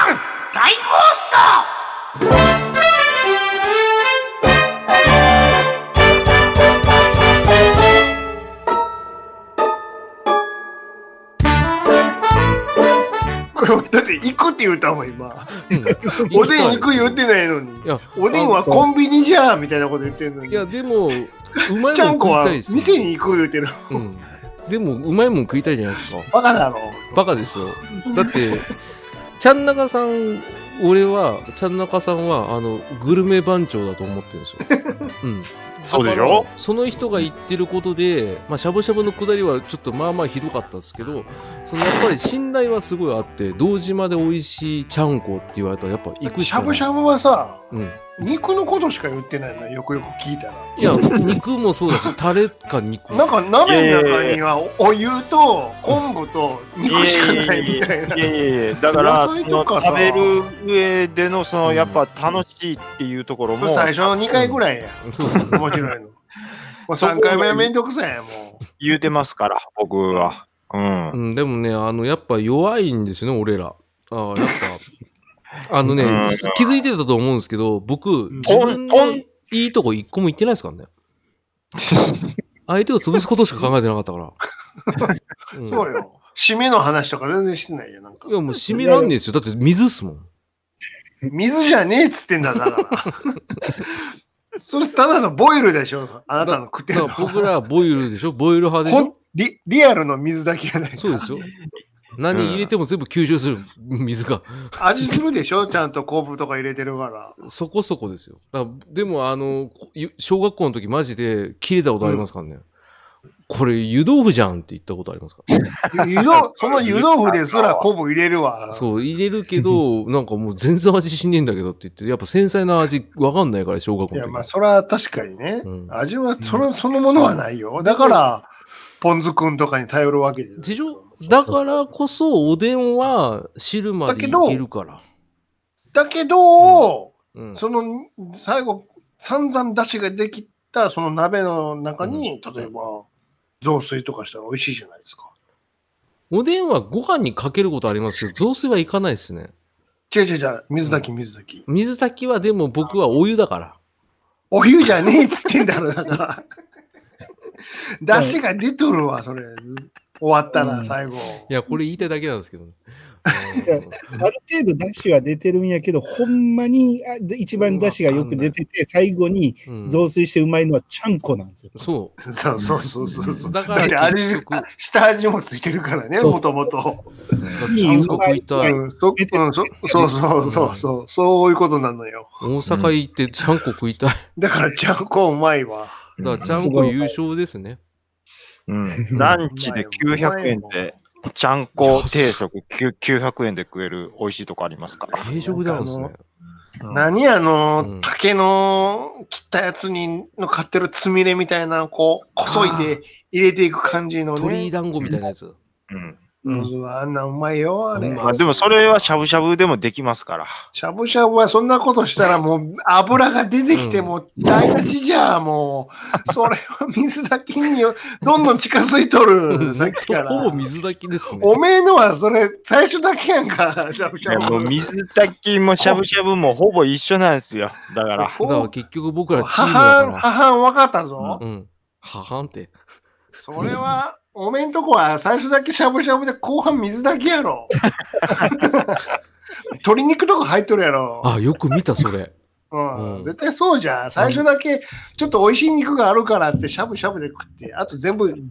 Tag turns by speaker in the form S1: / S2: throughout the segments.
S1: 再放送
S2: だって行くって言ったもん今
S3: うん
S2: おでん行く言ってないのに
S3: いや
S2: おでんはコンビニじゃみたいなこと言ってるのに
S3: いや、でも、うまい
S2: ちゃ
S3: もん
S2: ん
S3: 食
S2: こ
S3: い
S2: は
S3: たいですよ。
S2: 店に行く言うてる
S3: うん。でも、うまいもん食いたいじゃないですか。
S2: バカだろ
S3: バカですよ。だって、ちゃんなかさん、俺は、ちゃんなかさんは、あの、グルメ番長だと思ってるんですよ。 うん。
S4: そうでしょ
S3: その人が言ってることで、まあ、しゃぶしゃぶのくだりはちょっとまあまあひどかったですけど、そのやっぱり信頼はすごいあって、堂島で美味しいちゃんこって言われたら、やっぱ行くし
S2: し
S3: か
S2: ゃ
S3: ない。
S2: ぶしゃぶはさ
S3: うん。
S2: 肉のことしか言ってないのよくよく聞いたら
S3: いや、肉もそうだし、タレか肉。
S2: なんか鍋の中にはおお湯と昆布と肉しかないみたいない
S4: やいやいや、だから、
S2: 野
S4: そ
S2: 菜
S4: の
S2: とかさ
S4: 食べる上での、その、
S3: うん
S4: やっぱ楽しいっていうところも、
S2: 最初の2回ぐらいや
S3: そうですね。
S2: 面白いのもう3回目はめんどくさいやも
S4: 言うてますから、僕は。うん。
S3: うん、でもね、あの、やっぱ弱いんですよね、俺ら。ああ、やっぱ。あのね
S4: うん、
S3: 気づいてたと思うんですけど、僕、
S2: ん
S3: 自分
S4: ポンポ
S3: の
S4: ン
S3: いいとこ一個も言ってないですからね。相手を潰すことしか考えてなかったから。うん
S2: うそうよ締めの話とか全然してないやなんか
S3: いや、もう染みらんねえですよ。だって水っすもん。
S2: 水じゃねえっつってんだだからそれただのボイルでしょあなたの食って
S3: だ
S2: る
S3: か
S2: の
S3: ら僕らはボイルでしょボイル派でし
S2: ほん
S3: ょ
S2: リリアルの水だけやない
S3: そうですよ。何入れても全部吸収する水が。
S2: 味するでしょちゃんと昆布とか入れてる から
S3: そこそこですよ。だからでも、あの、こ小学校の時マジで切れたことありますからね。これ湯豆腐じゃんって言ったことありますから。
S2: 湯豆その湯豆腐ですら昆布入れるわ。
S3: そう、入れるけど、 なんかもう全然味しねえんだけどって言って、やっぱ繊細な味わかんないから、小学校
S2: い
S3: の
S2: や、
S3: 時。
S2: まあ、それは確かにね。
S3: うん
S2: 味はそれ、そのものはないよ。だから、ポン酢くんとかに頼るわけで。
S3: 事情だからこそ、おでんは汁までいけるから。
S2: だけど、
S3: うん
S2: その、最後、散々出汁ができた、その鍋の中に、例えば、雑炊とかしたら美味しいじゃないですか。
S3: おでんはご飯にかけることありますけど、雑炊はいかないですね。
S2: 違う違う違う、水炊き水炊き。
S3: 水炊きはでも僕はお湯だから。
S2: お湯じゃねえっつってんだろ、だから。出汁が出とるわ、それ。終わった
S5: う
S2: ら、
S5: ん
S2: 最後。
S3: いや、これ言いたいだけなんですけどね。
S5: ある程度出汁は出てるんやけど、ほんまにあで一番出汁がよく出てて、最後に
S3: うん
S5: 雑炊してうまいのはちゃんこなんですよ。
S3: そ。
S2: そうそうそうそうそうう。
S3: だか
S2: だって
S3: ら、
S2: 味
S3: 結局、だ
S2: 下味もついてるからね、
S5: そう
S2: もともと。
S3: ちゃんこ食いたい。
S2: うんそうんそそうそうそうそう、そういうことなのよ。
S3: 大阪行ってちゃんこ食いたい。
S2: だから、ちゃんこうまいわ。
S3: だから、ちゃんこ優勝ですね。
S4: うんランチで900円で、ちゃんこ定食900円で食える美味しいとこありますから。
S3: 定食であるんですね。
S2: 何あの、
S3: うん
S2: 竹の切ったやつにの買ってるつみれみたいな、こう、こそいで入れていく感じの
S3: 鳥
S2: ね。
S3: 団子みたいなやつ。
S4: うん
S2: うんあんなうまいよ、あ
S3: う
S2: れ
S3: ま。い
S4: まあでもそれはしゃぶしゃぶでもできますから。
S2: しゃぶしゃぶはそんなことしたら もう油が出てきてもう台無しじゃあもうそれは水だけによどんどん近づいとるさっきから
S3: ほぼ水炊きですね。
S2: おめえのはそれ最初だけやんかしゃぶしゃ
S4: も
S2: ぶ
S4: う水炊きもしゃぶしゃぶもほぼ一緒なんですよ。だから。
S3: だから結局僕らチーム
S2: 母
S3: だか
S2: 母分かったぞ、
S3: ら。うん。ははんって。
S2: それはおめえんとこは最初だけしゃぶしゃぶで後半水だけやろ 鶏肉とか入っとるやろ
S3: あ、よく見た、それ。
S2: う
S3: うん
S2: ん、絶対そうじゃん。最初だけ、ちょっと美味しい肉があるからって、しゃぶしゃぶで食って、あと全部、ん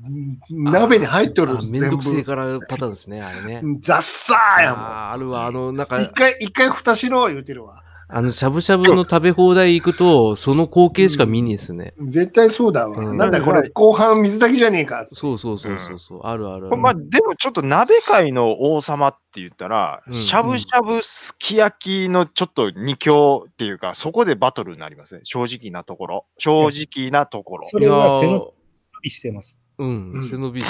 S2: 鍋に入っとる
S3: あ。めん
S2: 全部
S3: どくせえからパターンですね、あれね。
S2: ザッサーやも
S3: あーあるわ、あの、なん
S2: ん。
S3: か
S2: 一、回、一回蓋しろ、言うてるわ。
S3: あの、しゃぶしゃぶの食べ放題行くと、その光景しか見にですね。
S2: 絶対そうだわ。
S3: うん
S2: なんだこれ、後半水だけじゃねえか。
S3: そうそうそうそうそう、あるあるある。
S4: まあでもちょっと鍋界の王様って言ったら、
S3: うん
S4: しゃぶしゃぶすき焼きのちょっと二強っていうか、そこでバトルになりますね。正直なところ。正直なところ。
S5: それは背
S3: いや
S5: 伸
S3: ー
S5: びしてます。
S3: うん、背伸びし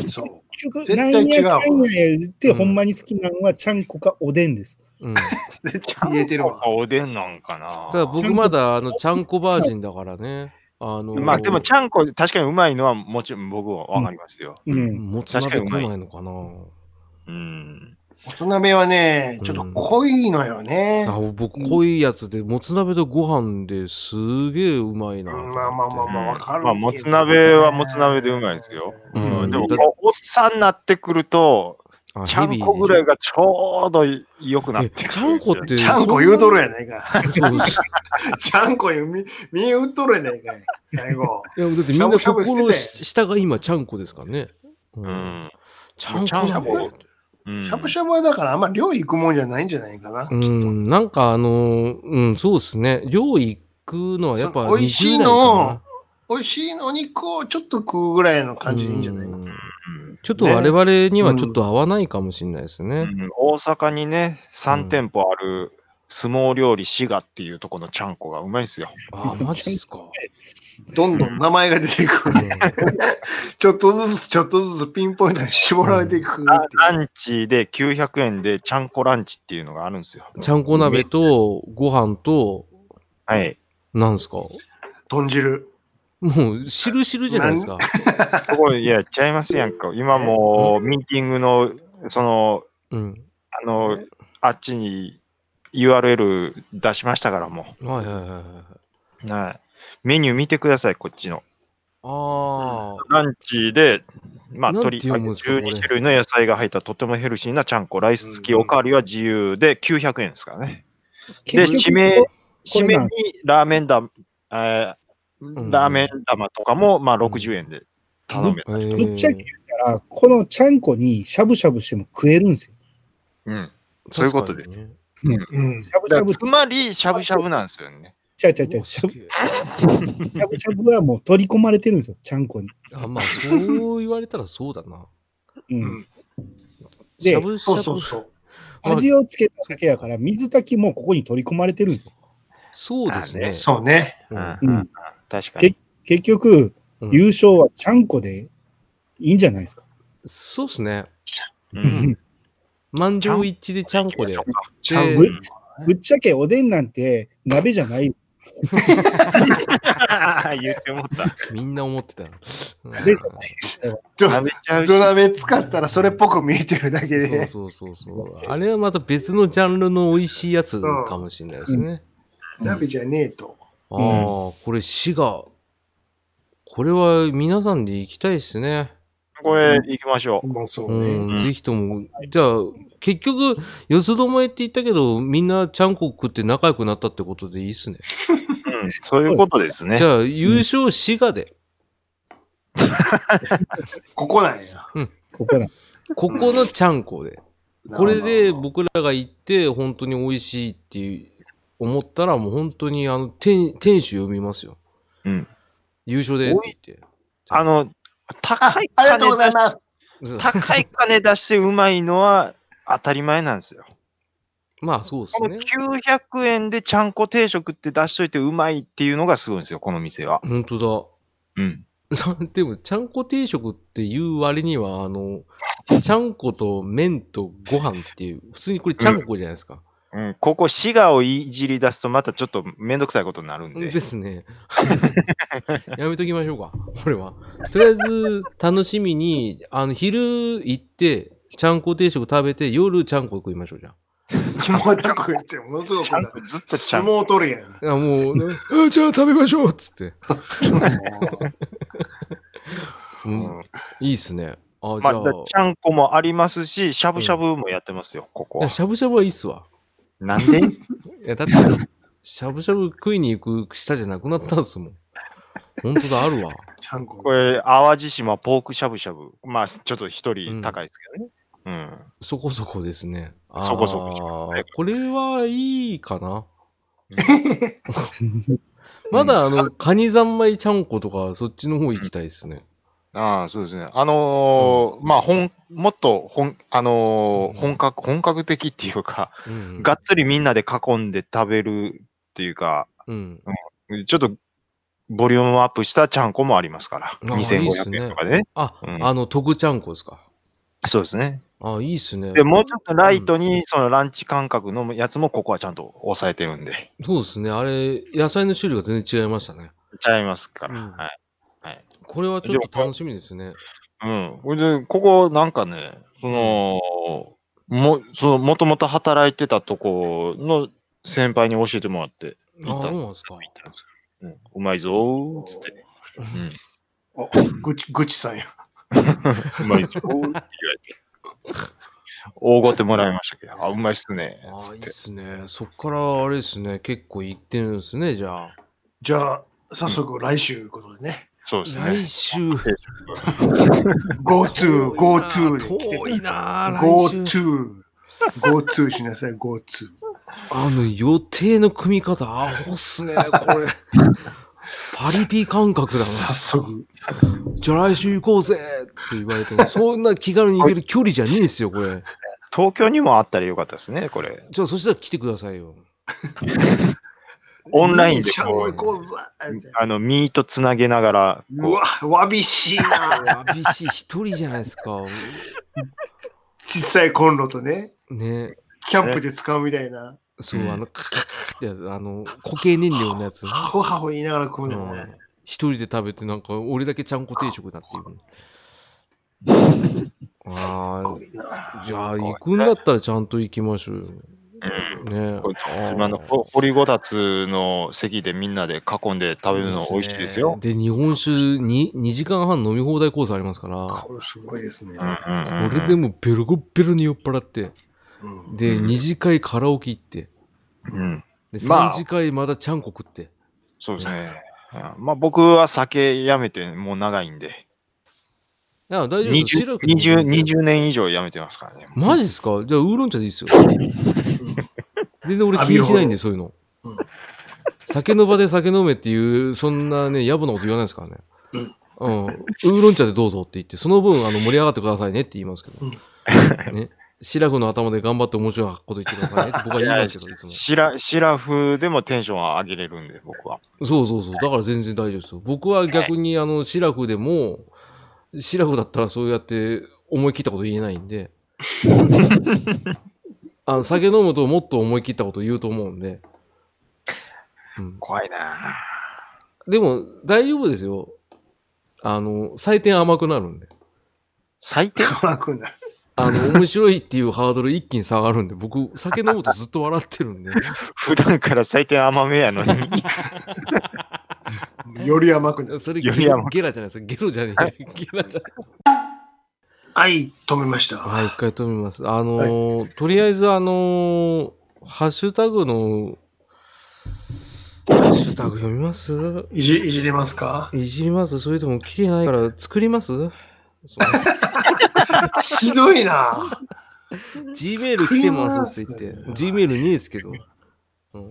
S3: て
S2: そう。
S5: 結局、
S2: 絶
S5: な
S2: 対
S5: んや
S2: 違うわ
S5: かんや言って、
S3: うん
S5: ほんまに好きなのはちゃんこかおでんです。
S3: る。うん。だか
S2: 絶対言えてるわ。
S4: おでんなんかな。
S3: ら僕まだ、あの、ちゃんこバージンだからね。あの、
S4: まあでもちゃんこ、確かにうまいのはもちろん僕はわかりますよ。
S5: うん。
S3: もつ鍋
S4: 確かにう
S3: 食
S4: ま
S3: わ
S4: い
S3: ないのかな。
S4: うん。
S2: もつ鍋はね、ちょっと濃いのよね。
S3: あ僕、濃いやつで、もつ鍋とご飯ですげえうまいな。
S2: まあまあまあまあ、わかるけどね
S4: まあ、もつ鍋はもつ鍋でうまいですよ。
S3: うん
S4: でも、
S3: だ
S4: おっさんになってくると、
S3: あ
S4: ちゃんこぐ
S3: い
S4: らいがちょうど良くなっ
S3: え、
S4: てくる
S3: ちゃんこって。
S2: ちゃんこ言うとるや
S3: ね。
S2: ないか。
S3: そうです
S2: ちゃんこよ、み、見えうっとるやないかい。最後。
S3: いや、だってみんな
S2: しゃぶしゃぶして
S3: 心
S2: て
S3: し下が今ちゃんこですからね。う
S4: う。ん。
S3: ちゃんこ
S4: ちゃん
S2: こ
S4: うん
S2: しゃぶしゃぶはだからあんま量行くもんじゃないんじゃないかな。
S3: うん、なんかあのーうん、そうですね。量行くのはやっぱ
S2: その美味しいの
S3: 20代か
S2: 美味しいお肉をちょっと食うぐらいの
S3: な
S2: 感じでいいんじゃないか
S3: う
S2: な。
S4: うん
S3: ちょっと我々にはちょっと合わないかもしれないですね。
S4: うん大阪にね、3店舗ある相撲料理滋賀っていうとこのちゃんこがうまいですよ。
S3: あ、 マジっすか。
S2: どんどん名前が出てくる。ちょっとずつちょっとずつピンポイントに絞られていくっていう。
S4: ラランチで900円でちゃんこランチっていうのがあるんですよ。
S3: うんちゃんこ鍋とご飯と、
S4: はい。
S3: なんですか
S2: 豚汁。
S3: もう、汁汁じゃないですか。
S4: すごい、いや、ちゃいますやんか。今もうミーティングの、その、
S3: うん。
S4: あの、あっちに URL 出しましたからも
S3: はいはいはいはい。
S4: う。はい。メニュー見てください、こっちの。
S3: あ
S4: ランチで、まあ、
S3: なんて
S4: 鶏、
S3: 読むんですか
S4: 12
S3: これ
S4: 種類の野菜が入ったとてもヘルシーなちゃんこ、ライス付き、おかわりは自由で900円ですからね。で、
S5: 結局
S4: 締め、締
S5: れ
S4: め
S5: なん
S4: にラーメンだ、え
S3: ん
S4: ー、ラーメン玉とかも、まあ、60円で頼め
S3: あ。
S4: る。
S3: え
S5: ぶっちゃけ言ったら、このちゃんこにしゃぶしゃぶしても食えるんですよ。
S4: うん。そういうことです。
S3: す。
S2: うん
S5: し。ゃぶし
S4: だ
S5: ゃ
S4: か
S5: ぶ
S4: ら、つまり、しゃぶしゃぶなんですよね。
S5: ちゃうちゃ うちゃうしゃぶしゃぶしゃぶはもう取り込まれてるんですよ、ちゃんこに。
S3: あまあ、そう言われたらそう だな。
S5: うん、で
S3: しゃぶしゃ
S2: そう
S3: ぶ。
S2: そうそう。
S3: まあ
S5: 味をつけただけやから、水炊きもここに取り込まれてるんですよ。
S3: そうですね。
S2: そうね。
S3: うん
S4: うん
S5: うん、
S4: 確かに。
S5: 結局、
S3: うん
S5: 優勝はちゃんこでいいんじゃないですか。
S3: そうですね。
S4: うん
S3: 満場一致でちゃんこで。
S2: ちゃん
S5: ぶぶっちゃけおでんなんて鍋じゃない。
S4: 言っても った。
S3: みんな思ってたよ。うん
S5: で
S2: と、
S4: 食べちゃうし
S2: 土。鍋使ったらそれっぽく見えてるだけで。
S3: そうそうそうそう。あれはまた別のジャンルの美味しいやつかもしれないですね。
S2: 鍋じゃねえと。
S3: ああー、これ滋賀。これは皆さんで行きたいですね。
S4: これ、行きましょ
S2: もうそう
S3: う
S2: ね。
S3: ん、ぜひとも。じゃあ、結局、四つどもえって言ったけど、みんなちゃんこ食って仲良くなったってことでいいっすね。
S4: う。うん。そういうことですね
S3: じ。ゃあ、優勝滋賀で。
S2: ここなんや。
S5: ここだ。
S3: ここのちゃんこで。これで僕らが行って、本当に美味しいっていう思ったら、もう本当にあの天店主呼びますよ。
S4: うん
S3: 優勝でって言って。
S4: あの、高い
S2: ありがとうご
S4: 金
S2: ざ
S4: 出し
S2: います。
S3: うん
S4: 高い金出してうまいのは当たり前なんですよ。
S3: まあそうで
S4: こ
S3: す
S4: の
S3: ね。
S4: 900円でちゃんこ定食って出しといてうまいっていうのがすごいんですよ、この店は。
S3: 本当
S4: うん。
S3: だ。なでも、ちゃんこ定食っていう割には、あの、ちゃんこと麺とご飯っていう、普通にこれちゃんこじゃないですか。
S4: うん、ここ、滋賀をいじり出すとまたちょっとめんどくさいことになるんで。
S3: ですね。 やめときましょうか、これは。とりあえず、楽しみに、あの、昼行って、ちゃんこ定食食べて、夜ちゃんこ食いましょう、じゃ
S2: またこっちゃものすごく
S4: ちゃんこずっとちゃ
S2: 相
S4: んこ。
S2: 撲取るやん。
S3: あ。あもうね、 あじゃあ食べましょうっつって。うん、いいっすね。あ、じ
S4: ま
S3: ゃ
S4: あ、だちゃんこもありますし、しゃぶしゃぶもやってますよ、ここ
S3: あ、
S4: は
S3: し。ゃぶしゃぶはいいっすわ。
S4: なんで
S3: いや、だって、しゃぶしゃぶ食いに行く下じゃなくなったんすもん。本当だ、あるわ。
S2: ちゃんこ
S4: こ。れ、淡路島ポークしゃぶしゃぶ。まあ、ちょっと一人高いですけどね。うん。
S3: そこそこですね。あー
S4: そこそこしますね
S3: これはいいかな。 まだあの、カニ三昧ちゃんことか、そっちの方行きたいですね。
S4: ああ、そうですね。あのーまあ、本、もっと本、あのー
S3: うん
S4: 本格、本格的っていうか、
S3: うん。
S4: がっつりみんなで囲んで食べるっていうか、
S3: うん。
S4: ちょっとボリュームアップしたちゃんこもありますから、
S3: ああいいっす
S4: 2500
S3: ね
S4: 円とかでね。
S3: あ、
S4: うん
S3: あの、徳ちゃんこですか。
S4: そうですね。
S3: あ、いいっすね。
S4: で、もうちょっとライトに、そのランチ感覚のやつもここはちゃんと抑えてるんで、
S3: そうですね。あれ、野菜の種類が全然違いましたね。
S4: ちゃいますから。
S3: うん
S4: はい。
S3: これはちょっと楽しみですね。
S4: うん。これで、ここなんかね、その、も、その、もともと働いてたとこの先輩に教えてもらって、
S3: あ
S4: 行った
S3: そう
S4: 行
S3: なんですか。
S4: ったんですようんうまいぞー、つって。
S2: おぐち、ぐちさんや。
S4: うん。うまいぞー、って言われて。大ごてもらいましたけど、あ、うまいっすね
S3: あ、
S4: つ
S3: あ、
S4: っ
S3: いい
S4: て
S3: っ。すね。そっから、あれですね。結構行ってるんですね、じゃあ。
S2: じゃあ、早速来週いうことでね。
S4: そうですね
S3: 来。週。
S2: Go to, go to で来て
S3: 遠いなあ
S2: Go
S3: 来週
S2: to, go to しなさい、go to。
S3: あの、予定の組み方、アホっすね、これ。パリピ感覚だな。
S2: 早速。
S3: じゃあ来週行こうぜって言われても、そんな気軽に行ける距離じゃねえですよ、これ。
S4: 東京にもあったらよかったですね、これ。
S3: じゃあそしたら来てくださいよ。
S4: オンラインで
S2: シャ
S4: こ
S2: ロ
S4: う、
S2: 行こうぜ
S4: あの、ミートつなげながら、
S2: うわ、わびしいな。
S3: わびしい、一人じゃないですか。
S2: 小さいコンロとね、
S3: ね。
S2: キャンプで使うみたいな。
S3: そうう、
S4: ん
S3: あの、カカカってやつ、あの、固形燃料のやつ。
S2: ハホハホ言いながら食うのも
S3: うん
S2: ね。
S3: 一人で食べて、なんか、俺だけちゃんこ定食だっていう。あ
S2: かっ
S3: あ
S2: こ、いいな
S3: じゃあ行くんだったらちゃんと行きましょうよ。ね
S4: これ
S3: あ
S4: 今のほ掘りごたつの席でみんなで囲んで食べるの美味しいですよ。
S3: で、日本酒に2時間半飲み放題コースありますから、こ
S2: これすごいですね
S4: う。んうんうんうん
S3: れでもうベロベロに酔っ払って、
S2: うん
S3: で、
S4: うん
S3: 2次会カラオケ行って、
S4: うん
S3: で、
S4: まあ
S3: 3次会まだちゃんこ食って、
S4: そうですね。うんまあ僕は酒やめてもう長いんで、
S3: あ、大丈夫です白
S4: 20,
S3: くても
S4: 20 20年以上やめてますからね。
S3: マジですかじゃあウーロン茶でいいっすよ。全然俺気にしないんで、そういうの
S2: うん。
S3: 酒の場で酒飲めっていう、そんなね、野暮なこと言わないですからね。
S2: うん
S3: うん。ウーロン茶でどうぞって言って、その分、あの、盛り上がってくださいねって言いますけど。ね。シラフの頭で頑張って面白いこと言ってくださいねって僕は言いますけど、いつも。
S4: シラシラフでもテンションは上げれるんで、僕は。
S3: そうそうそう。だから全然大丈夫ですよ。僕は逆に、あの、シラフでも、シラフだったらそうやって思い切ったこと言えないんで、 あの、酒飲むともっと思い切ったこと言うと思うんで、うん、
S4: 怖いな
S3: でも、大丈夫ですよ。あの、採点甘くなるんで。
S4: 最低
S2: 暗くなる
S3: あの、面白いっていうハードル一気に下がるんで、僕、酒飲むとずっと笑ってるんで。
S4: 普段から最低甘めや のに。
S2: より甘くなる。
S3: それゲ
S4: いやいやもう
S3: ロ、ゲラじゃないですか。ゲロじゃねえや。ゲラじゃ
S2: はい、止めました。
S3: はい、一回止めます。あのーとりあえず、あのーハッシュタグの、ハッシュタグ読みます
S2: いじ、いじれますか
S3: いじりますそれとも来てないから作ります
S2: ひどいな。
S3: ?G メール来てますって言っ
S2: 作り
S3: て。
S2: ます
S3: G メールねえですけど。うん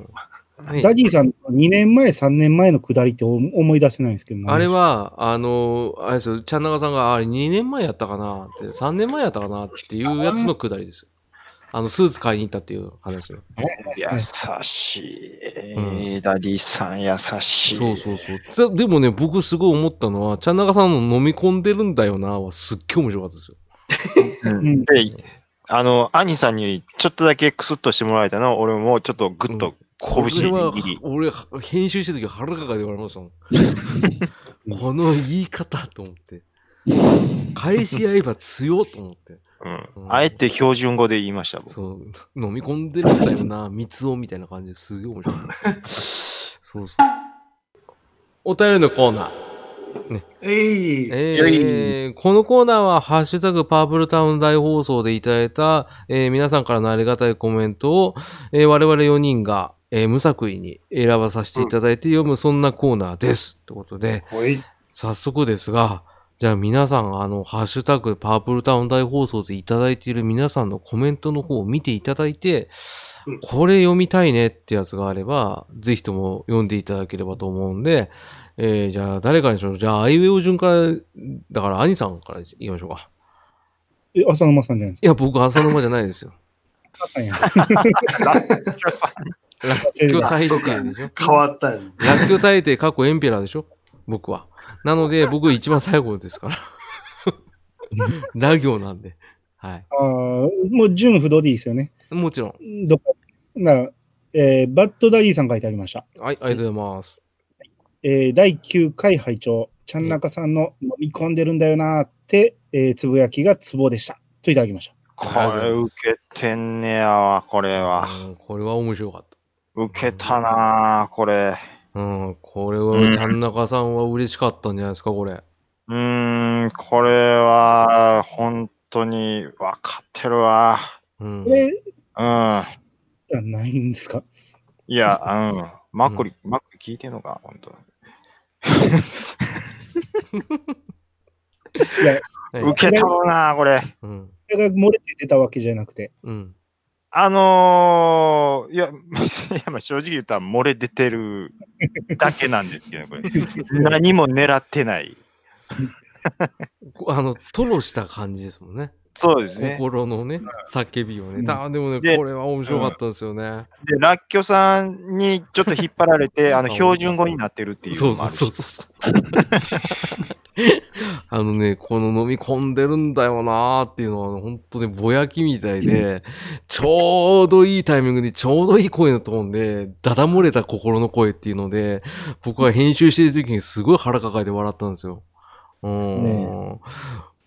S3: はい
S5: ダディさん、2年前、3年前のくだりって思い出せないんですけど、
S3: あれは、あのーあれですよ、ちゃんなかさんが、あれ2年前やったかなって、3年前やったかなっていうやつのくだりですよ。あの、スーツ買いに行ったっていう話の。
S4: 優しい。ダディさん優しい。
S3: そうそうそう。ざでもね、僕すごい思ったのは、ちゃんなかさんの飲み込んでるんだよなはすっげえ面白かったですよ。
S4: うんで、あの、兄さんにちょっとだけクスッとしてもらえたの、俺もちょっとグッと、
S3: これは
S4: 拳握り、
S3: 俺、編集してる時腹抱えて言われました もん。この言い方と思って。返し合えば強っと思って。
S4: うん
S3: うん
S4: あえて標準語で言いました。僕
S3: そう、飲み込んでるんだよな、蜜をみたいな感じですげえ面白かっ たです。そうそう。お便りのコーナー。
S2: えい、
S3: えーこのコーナーは、ハッシュタグパープルタウン大放送でいただいた、えー皆さんからのありがたいコメントを、えー我々4人が、えー無作為に選ばさせていただいて読む、そんなコーナーです。ということで、
S2: おい。
S3: 早速ですが、じゃあ皆さん、あの、ハッシュタグパープルタウン大放送でいただいている皆さんのコメントの方を見ていただいて
S2: うん、
S3: これ読みたいねってやつがあれば、ぜひとも読んでいただければと思うんで、えー、じゃあ誰からにしましょう。じゃあ、アイウェイオ順から、だから兄さんから言いましょうか。
S5: え、浅沼さんじゃないで
S3: いや、僕、浅沼じゃないで すよ。
S5: すか。浅や
S2: あ
S3: 今日
S5: ん
S3: 大
S2: そうか
S3: 抵でしょ。
S2: 変わったん
S3: らっきょう大帝、過去エンペラーでしょ僕は。なの で、僕一番最後ですから。ラ行なんで。はい。
S5: あーもう純不動でいいですよね。
S3: もちろん。
S5: どこなら、えーバッドダディさん書いてありました。
S3: はい、ありがとうございます。
S5: えー第9回拝聴ちゃんなかさんの飲み込んでるんだよなーって、えーつぶやきがツボでした。といただきました。
S4: これ受けてんねやわ、これは。
S3: うんこれは面白かった。
S4: 受けたなあこれ。
S3: うん、これは、
S4: うん
S3: ちゃんなかさんは嬉しかったんじゃないですか、これ。
S4: うーん、これは、本当に分かってるわ。
S3: うん
S5: こ。れ、
S4: うん。
S5: じゃないんですか
S4: いや、うん。マッコリ、マッコリ聞いてんのか、本当。
S5: いや、
S3: はい
S4: 受けたのな、これ。
S3: うん。
S5: それが漏れて出たわけじゃなくて。
S3: うん。
S4: あのー、いや、 いやまあ正直言ったら漏れ出てるだけなんですけど、こ れ。何も狙ってない。
S3: こあの、吐露した感じですもんね。
S4: そうですね。
S3: 心のね、叫びを
S5: う
S3: ね。
S5: ん
S3: たでもね、
S4: で
S3: これは面白かったですよね。
S4: で、ラッキョさんにちょっと引っ張られ て、あの、標準語になってるっていうの
S3: そ
S4: もあ
S3: うそう
S4: る
S3: そうそう。あのね、この飲み込んでるんだよなーっていうのは、本当ね、ぼやきみたいで、ちょうどいいタイミングで、ちょうどいい声のトーンで、だだ漏れた心の声っていうので、僕は編集してる時にすごい腹抱えて笑ったんですよ。うん。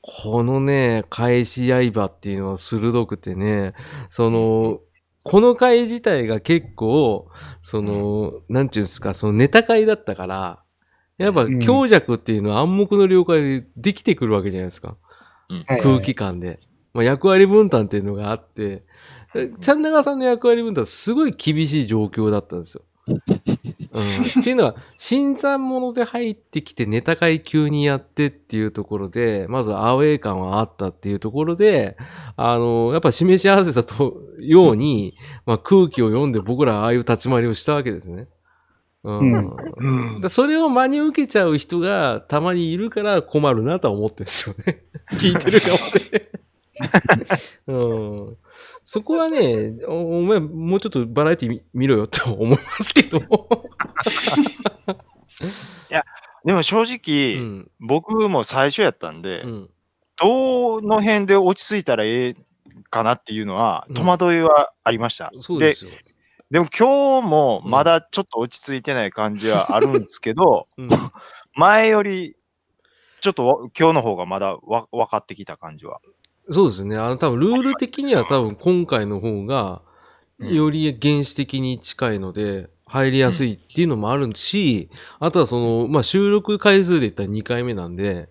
S3: このね、返し刃っていうのは鋭くてね、その、この回自体が結構、その、なんていうんですか、そのネタ会だったから、やっぱ
S5: ん
S3: 強弱っていうのは暗黙の了解でできてくるわけじゃないですか。
S5: はいはい
S3: 空気感で。まあ、役割分担っていうのがあって、えチャンナガさんの役割分担はすごい厳しい状況だったんですよ。うん、っていうのは、新参者で入ってきてネタ会急にやってっていうところで、まずアウェー感はあったっていうところで、あの、やっぱ示し合わせたとように、まあ、空気を読んで僕らはああいう立ち回りをしたわけですね。うん。
S2: うん
S3: だそれを真に受けちゃう人がたまにいるから困るなとは思ってるんですよ ね。聞いてる側で。うん、そこはねお、お前もうちょっとバラエティ見見ろよって思いますけど。
S4: でも正
S3: う
S4: 直、
S3: ん。
S4: 僕も最初やったんで、
S3: うん。
S4: どの辺で落ち着いたらええかなっていうのは、
S3: うん
S4: 戸惑いはありました。
S3: そうですよ。
S4: でも今日もまだちょっと落ち着いてない感じはあるんですけど、
S3: うん、
S4: 前よりちょっとわ今日の方がまだわ分かってきた感じは。
S3: そうですね。あの、多分ルール的には多分今回の方が、
S4: うん
S3: より原始的に近いので、入りやすいっていうのもあるし、あとはその、まあ、収録回数で言ったら2回目なんで、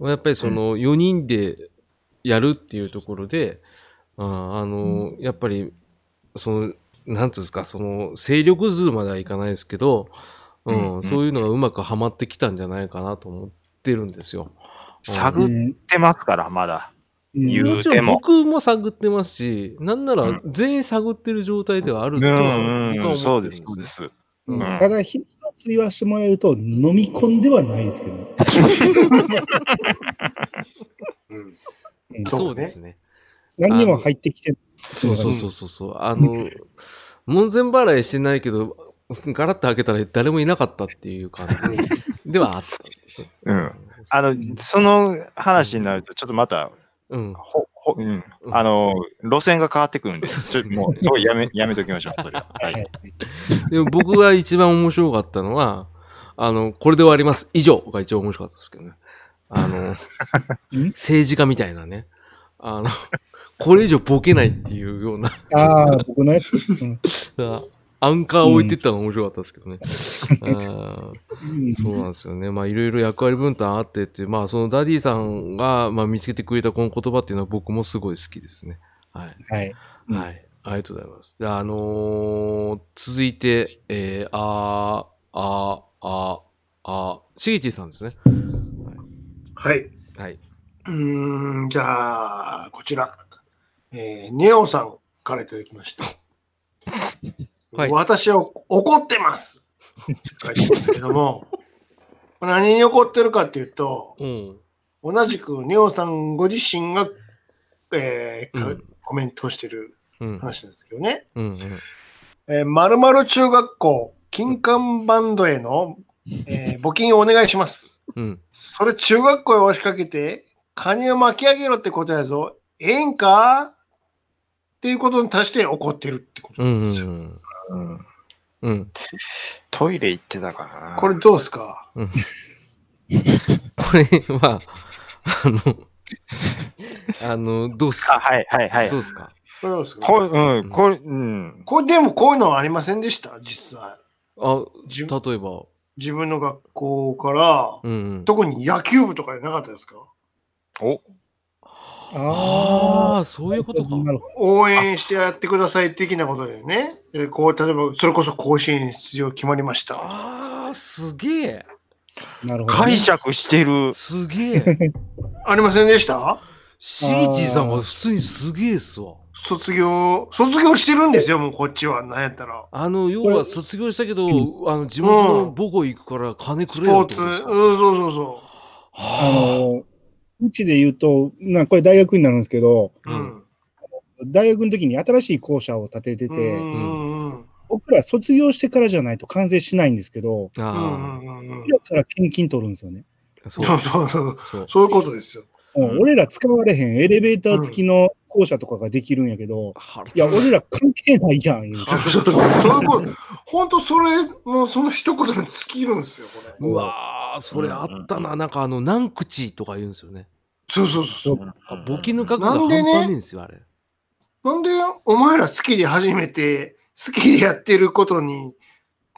S3: やっぱりその4人でやるっていうところで、あーあの、やっぱり、その、なんつうんですか、その、勢力図まではいかないですけど、う
S4: うん
S3: ん、
S4: うん
S3: そういうのがうまくはまってきたんじゃないかなと思ってるんですよ。
S4: 探ってますから、まだ。言
S3: も
S4: う
S3: ちろ
S4: て
S3: ん
S4: も
S3: 僕も探ってますし、なんな
S4: う
S3: ら
S4: ん
S3: 全員探ってる状態ではある
S4: うん
S3: とは僕は
S4: うんうん、そ
S3: 思っ
S4: う
S3: てるん
S4: で、
S3: ですす
S4: そうで
S3: ね。
S4: す。
S3: う
S5: うんんただ、一つ言わせてもらえると、飲み込んではないですけどね。
S2: うん
S5: うん
S2: そうね
S3: そうですね。
S5: 何にも入ってきて
S3: そうそうそうそうそう。あの、門前払いしてないけど、ガラッと開けたら誰もいなかったっていう感じ ではあったんですよ。
S4: うんあの、その話になると、ちょっとまた、
S3: うん。
S4: ほほうん
S3: うん
S4: あの、路線が変わってくるんで、
S3: そう
S4: ち
S3: です
S4: ょ
S3: ね
S4: もう、そうやめ、やめときましょう、それは。は。
S5: ない
S3: でも僕が一番面白かったのは、あの、これで終わります。以上が一番面白かったですけどね。あの、政治家みたいなね。あの、これ以上ボケないっていうような
S5: ああ、僕のやつ。うん
S3: アンカー置いてったのが面白かったですけどね。あ
S5: うん
S3: ーそうなんですよね。まあいろいろ役割分担あってって、まあそのダディさんが、まあ、見つけてくれたこの言葉っていうのは僕もすごい好きですね。はい。
S5: はい。うん
S3: はい。ありがとうございます。じゃあ、あのー続いて、えー、あー、あー、あー、あー、シゲティさんですね。
S2: はい。
S3: はい。
S2: うーん、じゃあ、こちら。えー、ネオさんからいただきました。
S3: はい
S2: 私は怒ってます書いてますけども、 何に怒ってるかっていうと、
S3: うん。
S2: 同じくネオさんご自身が、えーか
S3: うん
S2: コメントをしてる
S3: うん。
S2: 話なんですけどね。
S3: うん。うん。
S2: えー、まるまる中学校、金管バンドへの、えー募金をお願いします。
S3: うん。
S2: それ中学校へ押しかけて、カニを巻き上げろってことやぞ。ええんかっていうことに対して怒ってるってこと
S3: う
S2: なん
S3: ん。
S2: です
S3: う
S2: よ。
S3: ん。
S4: うん
S3: うん。
S4: トイレ行ってたからな。
S2: これどうですか
S3: これは、あの、あの、どうす
S4: あ
S3: か
S4: はいはいはい
S3: ど。うすか
S2: これどうですか
S4: こうん、これ、うん。
S2: これでもこういうのはありませんでした実際。
S3: あ、
S2: じ
S3: 例えば、
S2: 自分の学校から、
S3: うんうん。
S2: 特に野球部とかじゃなかったですか
S4: お
S3: ああ、そういうことか。
S5: なるほ
S2: 応援してやってください的なことでね。えこう例えば、それこそ甲子園出場決まりました。
S3: ああ、すげえ。
S5: ど。なるほどね
S4: 解釈してる。
S3: すげえ。
S2: ありませんでした
S3: シージーさんは普通にすげえっすわ。
S2: 卒業、卒業してるんですよ、もうこっちは。なんやったら。
S3: あの、要
S5: こ
S3: は
S5: れ
S3: 卒業したけど、あの、地元の母校行くから金く
S2: ス
S3: れよ
S2: ポ
S3: っ
S2: ー
S3: て
S2: ツ。
S3: こ
S2: う
S3: と
S2: ん、
S3: です
S2: そ
S3: か
S2: うそうそ
S5: あ
S3: は
S5: の、うちで言うと、なこれ大学になるんですけど、
S2: う。うん。
S5: 大学の時に新しい校舎を建てて
S2: う
S5: て、
S2: んうんうん
S5: 僕ら卒業してからじゃないと完成しないんですけど、
S3: あ
S2: う
S3: あ
S2: んうんうんうん
S5: 僕らから献金取るんですよね。
S3: あ、そ
S2: そう
S3: う。
S2: そうそう。
S3: そう。
S2: そういうことですよ。
S5: もう俺ら使われへんエレベーター付きの校舎とかができるんやけど、
S3: 腹立つ
S5: いや、俺ら関係ないやん、言うて
S2: そうそうそういうこと。本当それ、もうその一言で尽きるんですよ、これ。
S3: うわー、それあったな。なんかあの、何口とか言うんですよね。
S2: そうそうそう。
S5: そう
S3: あ募金の額が半端ねえんですよ、あれ。
S2: なんでお前ら好きで始めて、好きでやってることに、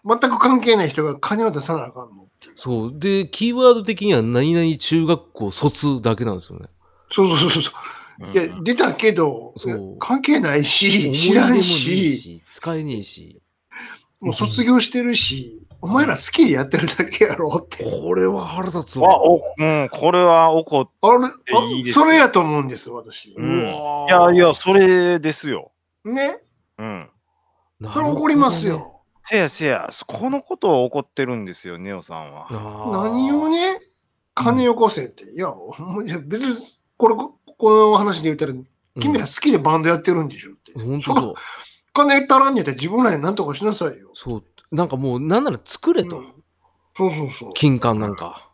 S2: 全く関係ない人が金を出さなあかんのっていう
S3: そう。で、キーワード的には何々中学校卒だけなんですよね。
S2: そうそうそうそう。いや、出たけど
S3: そう、
S2: 関係ないし、
S3: 思い
S2: 知
S3: 出も
S2: ら
S3: ねえ
S2: んし、
S3: し、使えねえし。
S2: もう卒業してるし、お前ら好きでやってるだけやろって。
S3: これは腹立つ
S4: わ
S3: わ。
S4: お、うん、これは怒っ
S2: あれ、あ
S4: いいですね
S2: それやと思うんです、私
S3: う。
S4: ん
S3: わ
S4: いやいや、、それですよ。
S2: ね。
S4: うん。
S3: なる
S2: そ
S3: ほ
S2: れ
S3: どね
S2: 怒ります。よ。
S4: せやせや、このことを怒ってるんですよ、ネオさんは。
S2: 何を
S3: ね。
S2: ね、金よこせって。いや、お前いや別に、これ、ここの話で言ったら、君ら好きでバンドやってるんでしょって。
S3: 本
S2: そ
S3: 当
S2: こ
S3: そう。
S2: 金足らんねやったら自分らで何とかしなさいよ。
S3: そう。なんかもう、なんなら作れ
S2: う
S3: と
S2: ん。そうそうそう。
S3: 金管なんか。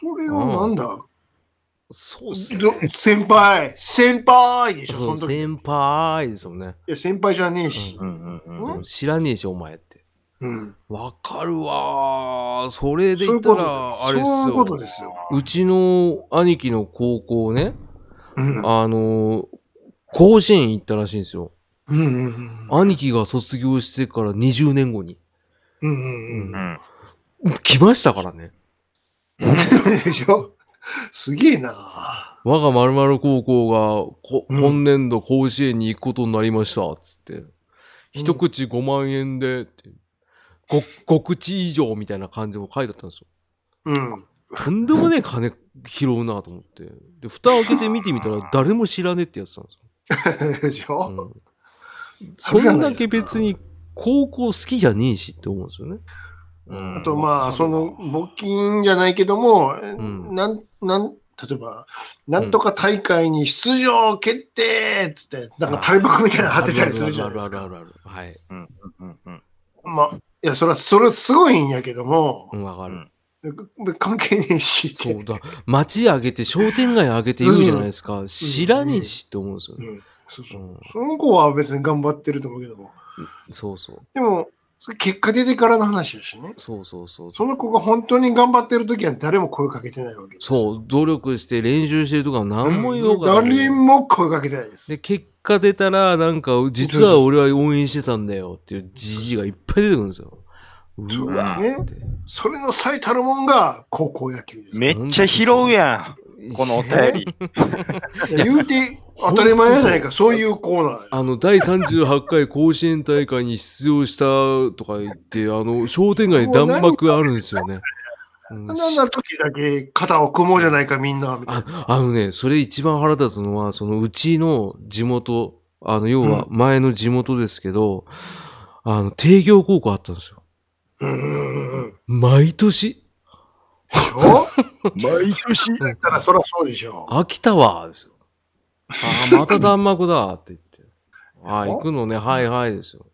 S2: それはなんだ、
S3: そうっすね。
S2: ど先輩先輩でしょ、そ
S3: そう
S2: の時。い
S3: 先輩ですよね。
S2: や先輩じゃねえし。
S4: うんうん
S2: うん
S3: うん知らねえし、お前って。
S2: うん。
S3: わかるわー。それで
S2: そうい
S3: 言っ
S2: う
S3: た
S2: こと
S3: ら、あれっす
S2: そういうこと
S3: よ。
S2: ですよ。
S3: うちの兄貴の高校ね、
S2: うん。
S3: あのー、甲子園行ったらしいんですよ。
S2: うんうん
S3: 兄貴が卒業してから20年後に。
S2: うん。うんうん
S4: う
S2: うん
S4: ん。
S3: 来ましたからね。
S2: でしょすげえな
S3: 我が〇〇高校がこ、
S2: うん
S3: 今年度甲子園に行くことになりました、つって。一口5万円で、って。ご、5口以上みたいな感じも書いてあったんですよ。
S2: うん。
S3: とんでもねえ金拾うなと思って。で、蓋を開けて見てみたら誰も知らねえってやつなんです
S2: でしょ、
S3: よ。うん、そんだけ別に高校好きじゃねえしって思うんですよね。
S4: うん
S2: あとまあ、その、募金じゃないけども、
S3: ん
S2: なん、なん、例えば、なんとか大会に出場決定っつって、なんか垂れ幕みたいなの貼ってたりするじゃないです
S3: あ
S2: か。
S3: るあるあるあるある。はい。
S4: うんうん
S2: まあ、いや、それは、それはすごいんやけども
S3: う、ん、わかる。
S2: 関係ねえしって。
S3: そうだ。街上げて、商店街上げて言うじゃないですか。知らねえしって思うんですよ
S2: う
S3: ね。
S2: んそうそうう。
S3: ん、
S2: その子は別に頑張ってると思うけども。
S3: そうそう。
S2: でも、それ結果出てからの話だしね。
S3: そうそうそう。
S2: その子が本当に頑張ってる時は誰も声かけてないわけです。
S3: そう、努力して練習してるとか何も言おうがない。
S2: 誰も声かけてないです。
S3: で、結果出たら、なんか、実は俺は応援してたんだよっていうじじがいっぱい出てくるんですよ。うわーって。
S2: それの最たるもんが高校野球です。
S4: めっちゃ拾うやん、このお便り。
S2: いや言うて当たり前やないか、そういうコーナーや。
S3: あの、第38回甲子園大会に出場したとか言って、あの、商店街に弾幕あるんですよね。うん
S2: そんな時だけ肩を組もうじゃないか、みんな、みたいな。
S3: あのね、それ一番腹立つのは、そのうちの地元、あの、要は前の地元ですけど、あの、定業高校あったんですよ。
S2: うんうんうんうん。で
S3: 毎年、
S2: しょ
S4: 毎年。
S2: だからそりゃそうでしょ。
S3: 飽きたわーですよ。あーまた弾幕だーって言 って。ああ、行くのね、はいはいですよ。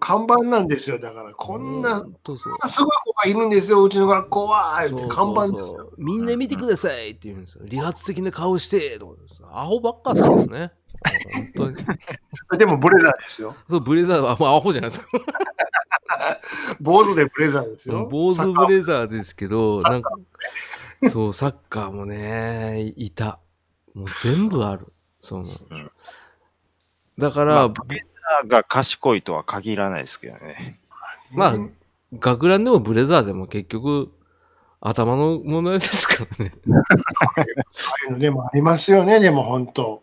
S2: 看板なんですよ。だから、こんな、
S3: ほとそう。
S2: すごい子がいるんですよ、うちの学校は。言うて看板ですよ。
S3: そうみんな見てくださいって言うんですよ。理髪的な顔して、とかですアホばっかっすよね。本当に。
S2: でもブレザーですよ。
S3: そう、ブレザーは、まあ、アホじゃないですか。
S2: 坊主でブレザーですよ。
S3: 坊主ブレザーですけど、なんか、そう、サッカーもね、いた。もう全部ある。その
S4: うん
S3: だか
S4: ま
S3: ら、
S4: あ、ブレザーが賢いとは限らないですけどね。
S3: まあ、学ランでもブレザーでも結局、頭の問題ですからね。
S2: そういうのでもありますよね、でも本当。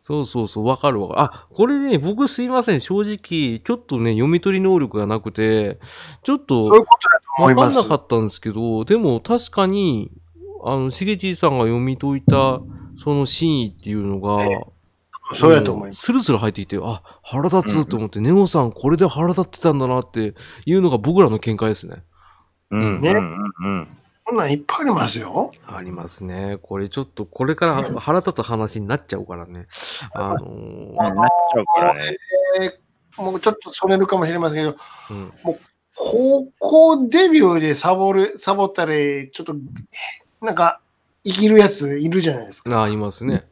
S3: そうそうそう、わかるわかる。あ、これね、僕すいません。正直、ちょっとね、読み取り能力がなくて、ちょっ
S2: そういう
S3: と
S2: ことだと思
S3: わ
S2: い
S3: か
S2: ま
S3: ん
S2: す。
S3: なかったんですけど、でも確かに、あの、しげちいさんが読み解いた、その真意っていうのが、
S2: そうやと思います。
S3: す。スルスル入っていて、あ、腹立つと思って、ネオさんこれで腹立ってたんだなっていうのが僕らの見解ですね。
S4: うん。
S2: ね
S4: うんうんうん。
S2: こんなんいっぱいありますよ。
S3: ありますね。これちょっと、これから腹立つ話になっちゃうからね。あの
S4: なっちゃうからね。
S2: えーもうちょっとそれるかもしれませんけど、
S3: うん
S2: 高校デビューでサボる、サボったり、ちょっと、なんか、生きるやついるじゃないですか。
S3: あ、いますね。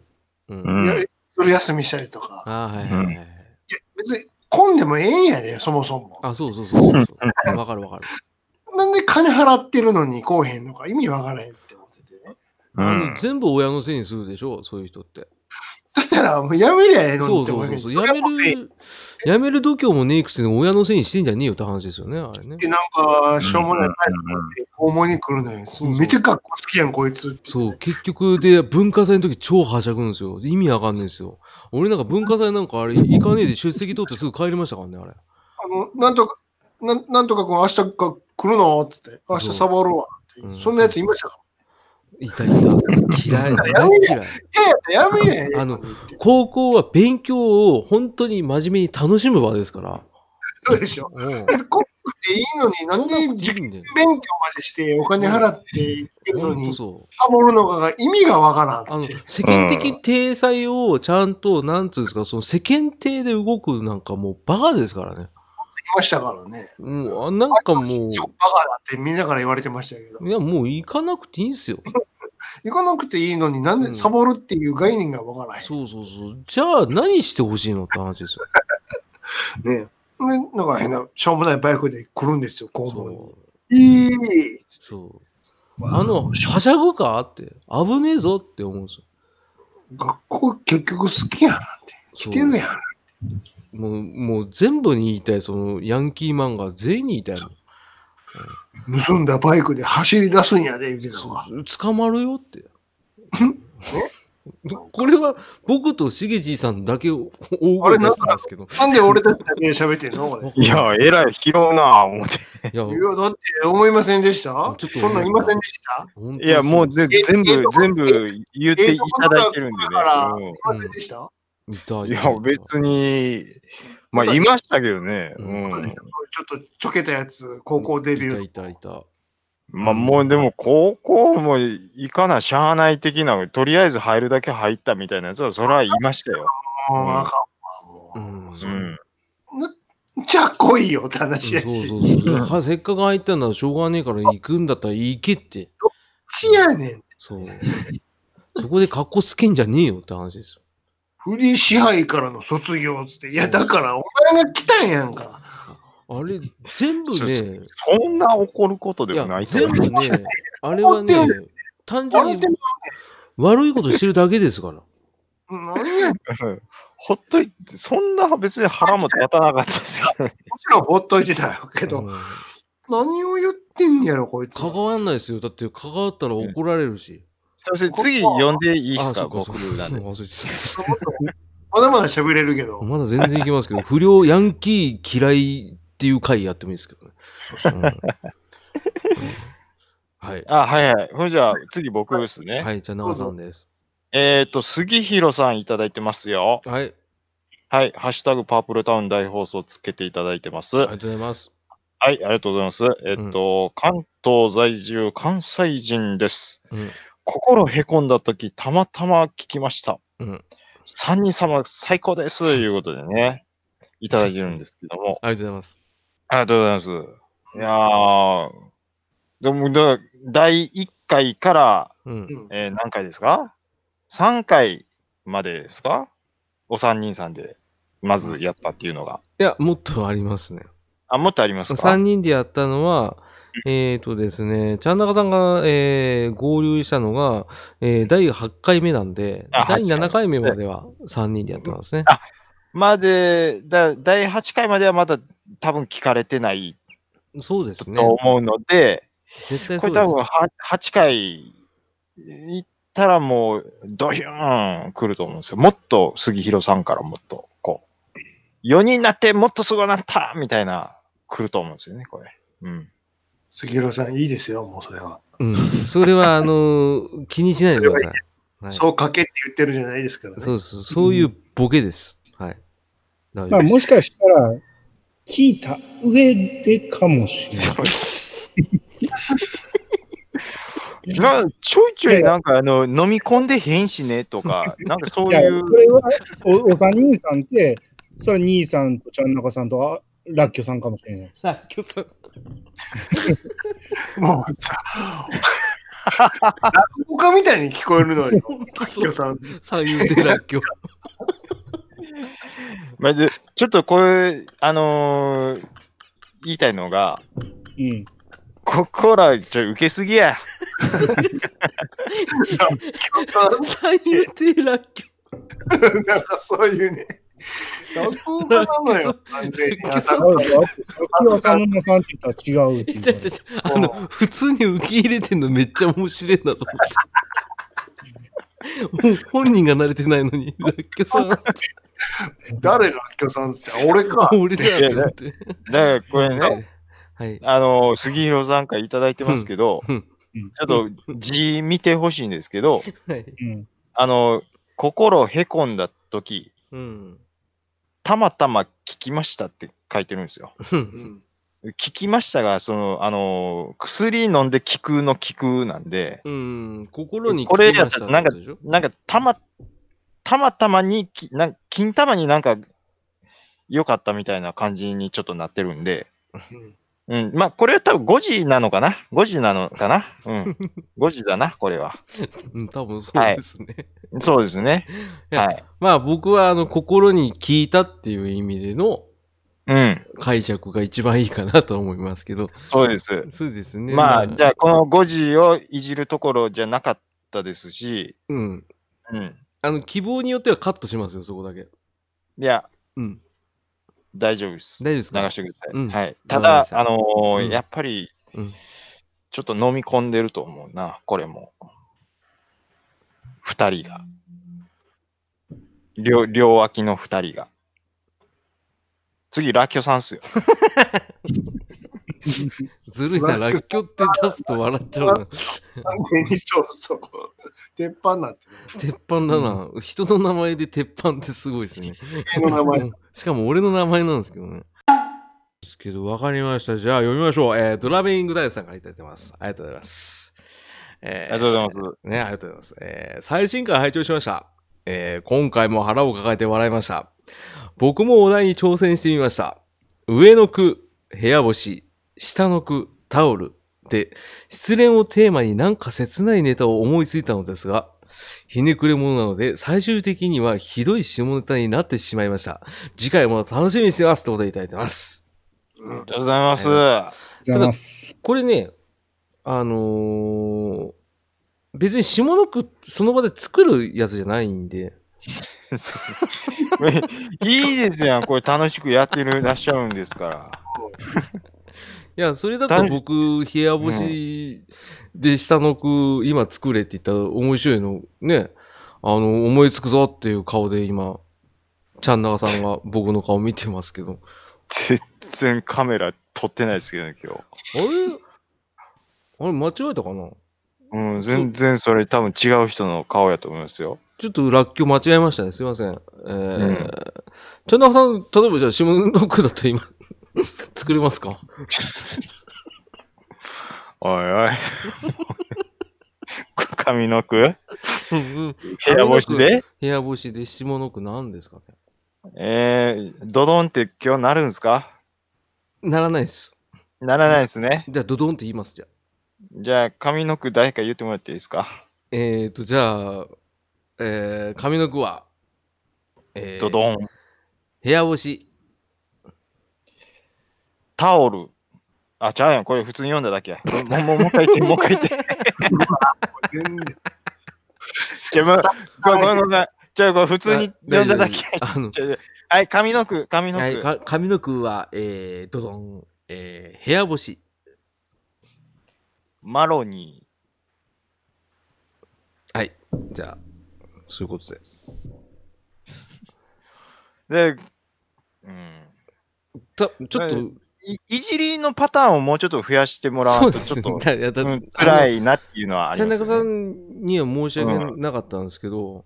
S3: うん。
S4: うん
S2: いや夜休みしたりとか。
S3: あはいはいはいはい。
S2: 別に混んでもええんやで、そもそも。
S3: あ、そうそうそうそうそう。わかるわかる。
S2: なんで金払ってるのに来おへんのか意味わからへんって思っててね。
S4: う
S3: あ
S4: ん
S3: の。全部親のせいにするでしょ、そういう人って。
S2: だったら、もうやめりゃええのに
S3: そ
S2: っ
S3: う
S2: て
S3: そ
S2: 思
S3: う
S2: う
S3: そ
S2: けど
S3: うそう。やめ
S2: それも
S3: る、やめる度胸もねえくせに親のせいにしてんじゃねえよって話ですよね、あれね
S2: っ。てなんか、しょうもないタイプで、訪問に来るのに
S3: そうそう、
S2: めっちゃ学校好きやん、こいつって。
S3: そう、結局で文化祭の時超はしゃぐんですよ。意味わかんないですよ。俺なんか文化祭なんかあれ行かねえで出席取ってすぐ帰りましたからね、あれ。
S2: あの、なんとか、なんなんとか君、明日が来るのって言って、明日サボるわって
S3: う。ん
S2: そんなやついましたか
S3: いたいた。嫌い。大嫌
S2: ら。い
S3: い。
S2: やいや、やめりゃええ
S3: あ
S2: の
S3: の
S2: にって。
S3: 高校は勉強を本当に真面目に楽しむ場ですから。
S2: そうでしょ。
S3: う
S2: コッ
S3: ん。
S2: プでいいのに、なんで受験勉強までして、お金払っていってるの
S3: 本当
S2: に、サ
S3: そう。
S2: ボるのかが意味がわから
S3: あ
S2: んっ
S3: の
S2: て。、
S3: 世間的体裁をちゃんと、なんつうんですか、その世間体で動くなんかもうバカですからね。
S2: いましたからね。
S3: もう、あなんかもう、
S2: ちょバカだってみんなから言われてましたけど。
S3: いや、もう行かなくていいん すよ。
S2: 行かなくていいのになん
S3: う
S2: で
S3: ん
S2: サボるっていう概念がわからへん。
S3: そうそうそう。じゃあ、何してほしいのって話ですよ。
S2: ね。でなんか変な、しょうもないバイクで来るんですよ、校門に。
S3: そう。
S2: いい
S3: そう。あの、はしゃぐかって、危ねえぞって思うんですよ。
S2: 学校結局好きやんって。来
S3: そう
S2: てるやん。
S3: もう、もう全部に言いたい、その、ヤンキー漫画全員に言いたいもん。
S2: 盗んだバイクで走り出すんやで、言うてたわ。
S3: 捕まるよって。 これは僕としげじいさんだけを 大声出したんですけど。
S2: なんで俺たちだけで喋ってんのこれ。い
S4: いや、えらい拾うなぁ、思って。
S3: いや、
S2: や、だって思いませんでした
S3: ちょっと
S2: そんなんいませんでした
S3: 本当
S4: いや、もうぜ
S2: え
S4: 全
S2: ええ
S4: 部
S2: と、こ
S4: 全部言っていただいてるんで
S2: だから
S4: ね。
S2: いませんでした、
S3: に。痛
S4: う
S3: い
S4: んいや、別に、まあ、言いましたけどね。
S3: う
S4: うんん。
S2: ちょっとちょけたやつ、高校デビュー。
S3: 痛い痛い痛い。
S4: まあ、もうでも、高校も行かな、しゃあない的な、とりあえず入るだけ入ったみたいなやつは、それは言いましたよ。
S2: もうあかんわ、
S3: う
S2: も
S3: ん。
S4: う。
S3: そうん
S2: う。じゃあ来いよって話
S3: そ
S2: や
S3: う
S2: し。
S3: そうそうはせっかく入ったんならしょうがねえから行くんだったら行けって。
S2: ちやねん。
S3: そう。そこで格好つけんじゃねえよって話ですよ。
S2: フリー支配からの卒業っつって。いや、だからお前が来たんやんか。
S3: あれ、全部ね、
S4: そんな怒ること
S3: い
S4: で
S3: や
S4: もない、と
S3: 全
S4: 思う
S3: 部。ね、あれはね
S2: 怒って、
S3: 単純
S2: 俺
S3: に
S2: でも、
S3: 悪いことしてるだけですから。
S2: 何やねん。も
S4: うんほっといて、そんな別に腹も立たなかった ですけどね。
S2: ちろんほっといてたよけど、
S3: うん
S2: 何を言ってんやろ、こいつ。
S3: 関わんないですよ。だって関わったら怒られるし。
S4: すいません、次呼んでいいで
S3: あ
S4: す
S3: あそ
S4: か、
S3: うか
S4: 僕
S3: そう
S4: な
S3: か
S4: んで。
S3: 忘れて
S2: まだまだ喋れるけ
S3: た。
S2: ど。
S3: まだ全然いけますけど、不良ヤンキー嫌いっていう回やってもいいですけ どね。うんはい。
S4: あ、はいはい。ほいじゃあ、次僕ですね。
S3: はい、じゃあ長さんです。
S4: えっ、と、杉弘さんいただいてますよ。
S3: はい、
S4: はい。ハッシュタグパープルタウン大放送つけていただいてます。
S3: あり
S4: は
S3: がとうございます。
S4: い、ありがとうございます。えっ、と、関東在住、関西人です。
S3: うん
S4: 心へこんだとき、たまたま聞きました。
S3: うん
S4: 三人様最高です。いうことでね、いただいてるんですけども。
S3: ありがとうございます。
S4: ありがとうございます。いやー、でも、だ第1回から、
S3: うん
S2: う。ん
S4: えー何回ですか ?3 回までですかお三人さんで、まずやったっていうのが。
S3: いや、もっとありますね。
S4: あ、もっとありますか
S3: 3人でやったのは、えっ、とですね、ちゃんなかさんが、えー合流したのが、えー第8回目なんで、
S4: あ
S3: 第
S4: 8
S3: 7回目までは3人でやってますね。
S4: まで、だ第8回まではまだ多分聞かれてない
S3: そうですね。
S4: と思うので、
S3: 絶対
S4: こ
S3: そ
S4: れ
S3: うで
S4: 多
S3: す
S4: 分。は8回行ったらもうドヒューン来ると思うんですよ。もっと杉弘さんからもっとこう、4人になってもっとすごなったみたいな来ると思うんですよね、これ。うん。
S2: 杉浦さん、いいですよ、もうそれは。
S3: うん。それは、あの ー気にしないでください。はい、
S2: そう書けって言ってるじゃないですからね。
S3: そうです。そういうボケです。はい。大丈
S5: まあ
S3: 夫です
S5: もしかしたら、聞いた上でかもしれない。
S4: なちょいちょいなんかあの飲み込んでへんしねと か、なんかそう
S5: いや、
S4: い、
S5: そうれはお、お三人さんって、それは兄さんとちゃんなかさんとあらっきょさんかもしれない。
S3: さあ今日さ
S2: もうさ、落語家みたいに聞こえるのよ。
S3: 本当そ
S2: 今日
S3: う。
S2: さん、
S3: 三遊亭らっ きょう。
S4: まあ、でちょっとこれ、あのー言いたいのが、
S5: うん。
S4: ここらちょい受けすぎや。
S3: 三遊亭らっきょ
S2: なんかそういうね。落語家なのよ。完全に
S5: あらっきょさんのさんって言ったら違うって
S3: う。
S5: いう
S3: ちゃちゃちゃ。あの、普通に受け入れてんのめっちゃ面白いなと思って。もう本人が慣れてないのに、らっきょさ ん、
S2: 誰が今日さんっつって、俺か。
S3: 俺だって思って。
S4: だからこれね、
S3: はい。
S4: あのー杉弘さんからいただいてますけど、
S3: うん
S4: ちょっと字見てほしいんですけ ど、
S3: はい。
S5: うん。
S4: あのー心へこんだ時
S3: うん。
S4: たまたま聞きましたって書いてるんですよ。
S3: うん
S4: 聞きましたが、その、あのー薬飲んで聞くの聞くなんで、
S3: うん。心に
S4: これ
S3: 聞きまし
S4: やった
S3: た
S4: らなんか
S3: ってことでしょ
S4: なんかたま、たまたまにき、なん金玉になんか良かったみたいな感じにちょっとなってるんで、うん、まあこれは多分5時なのかな ?5 時なのかな うん。5時だな、これは。
S3: うん、多分そうですね。
S4: そうですね。
S3: いや
S4: はい。
S3: まあ僕はあの心に聞いたっていう意味での
S4: うん、
S3: 解釈が一番いいかなと思いますけど。
S4: そうです。
S3: そうですね。
S4: まあ、じゃあこの5時をいじるところじゃなかったですし、
S3: うん。
S4: うん。
S3: あの、希望によってはカットしますよ、そこだけ。
S4: いや、
S3: うん。
S4: 大丈夫です。
S3: 大丈夫ですか
S4: 流してください。
S3: うん
S4: はい。
S3: わか
S4: た
S3: りま
S4: だ
S3: し、た
S4: あのー
S3: うん
S4: やっぱり
S3: うん、
S4: ちょっと飲み込んでると思うな、これも。二人が。両両脇の二人が。次、ラキョさんっすよ。
S3: ずるいな、らっきょって出すと笑っちゃう な。
S2: 完全にそうそう。鉄板なんてる。
S3: 鉄板だな。人の名前で鉄板ってすごいですね。
S2: 人の名前
S3: うんしかも俺の名前なんですけどね。ですけど、わかりました。じゃあ読みましょう。えー、ドラベイングダイスさんからいただいてます。ありがとうございます。え
S4: あ
S3: ー
S4: りがとうございます。
S3: ね、ありがとうございます。えー最新回拝聴しました。えー今回も腹を抱えて笑いました。僕もお題に挑戦してみました。上の句、部屋干し、下の句、タオルで、失恋をテーマになんか切ないネタを思いついたのですが、ひねくれ者なので、最終的にはひどい下ネタになってしまいました。次回も楽しみにしてますってことでいただいてます。
S4: ありがとうございます。は
S5: ざいます。
S3: これね、あのー別に下の句その場で作るやつじゃないんで、
S4: いいですやん、これ楽しくやってるらっしゃるんですから。
S3: いや、それだと僕、部屋干しで下の句、今作れって言ったら面白いの、ね、あの、思いつくぞっていう顔で今、ちゃんながさんが僕の顔見てますけど、
S4: 全然カメラ撮ってないですけどね、今日。
S3: あれあれ間違えたかな
S4: うん、全然それ多分違う人の顔やと思いますよ。
S3: ちょっとらっきょう間違えましたね。すいません。えー、ちゃんながさん、例えばじゃあ下の句だと今、 作れますか
S4: おいおい。 髪の毛
S3: うんう
S4: 部
S3: ん。
S4: 屋干しで
S3: 部屋干しで下の句何ですかね
S4: えー、ドドンって今日なるんですか
S3: ならないです。
S4: ならないですね。
S3: じゃあ、ドドンって言います、じゃあ。
S4: じゃあ、髪の毛誰か言ってもらっていいですか
S3: えーと、じゃあ、えー、上の句は、えー
S4: ドドン。
S3: 部屋干し、
S4: タオル。あ、ちゃうやん。これ普通に読んだだけや。もう、もう、もう一回言って、もう一回言って。
S2: 全然。
S4: じゃあ、まあ、ごめんごめんごめん。じゃあ、これ普通に読んだだけや。
S3: あの、
S4: ちょちょ はい、上の句、上の句。
S3: はい、か上の句は、えー、ドドン、えー、部屋干し。
S4: マロニ
S3: はい。じゃあ、そういうことで。
S4: ー。で、うん。
S3: たちょっと、
S4: はいいいじりのパターンをもうちょっと増やしてもら
S3: そう
S4: と、
S3: うです
S4: ち
S3: ね
S4: ょっ。と、
S3: だいやだ
S4: うん、辛いなっていうのはあり
S3: 田
S4: ます、
S3: 中
S4: ね。
S3: さんには申し訳なかったんですけど、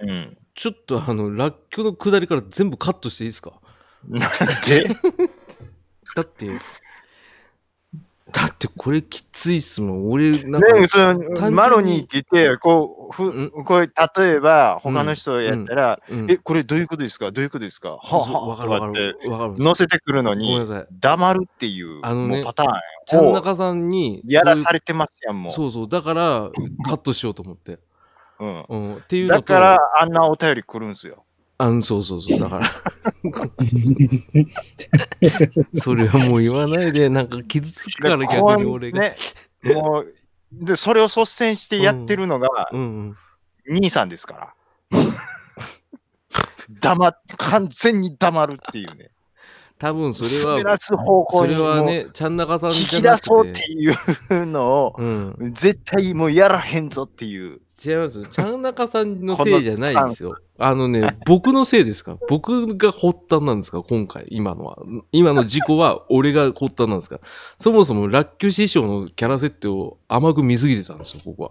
S4: うん。
S3: ちょっとあの、ラッキョの下りから全部カットしていいですか
S4: なんで
S3: だって、だってこれきついっすもん。俺、なんか、
S4: ね、その
S3: に
S4: マロニーって言って、こう、
S3: うん
S4: ふこう例えば、他の人やったら、
S3: うん
S4: え、これどういうことですかどういうことですかはあ
S3: そう
S4: は
S3: わ
S4: あ
S3: かるわか
S4: とかっ
S3: る
S4: て、。
S3: わかるんですよ
S4: 乗せてくるの
S3: ごめんな
S4: に、
S3: さい。
S4: 黙るっていう
S3: あのね
S4: もうパターン
S3: 田中さんに、
S4: やらさ
S3: れ
S4: れてますやん、もう。
S3: そうそう。だから、カットしようと思って。
S4: うん
S3: うん。っていうのと
S4: だから、、あんなお便り来るんすよ。
S3: あの、そうそうそう。だから、それはもう言わないで、なんか傷つくから
S4: こ
S3: 逆
S4: う
S3: に俺が。
S4: ね、もう、で、それを率先してやってるのが、
S3: うんうん。
S4: 兄さんですから。 黙っ完全に黙るっていうね。
S3: 多分それ
S4: 滑
S3: は、
S4: らす方
S3: そ
S4: 向に
S3: れは
S4: もう
S3: ね、ちゃん中さん
S4: 引
S3: じゃ
S4: き
S3: な
S4: 出
S3: くて。
S4: そうっていうのを、
S3: うん。
S4: 絶対もうやらへんぞっていう。
S3: 違いますよ。ちゃん中さんのせいじゃないですよ。あのね、僕のせいですか僕が発端なんですか今回、今のは。今の事故は俺が発端なんですかそもそも、ラッキョ師匠のキャラ設定を甘く見すぎてたんですよ、僕は。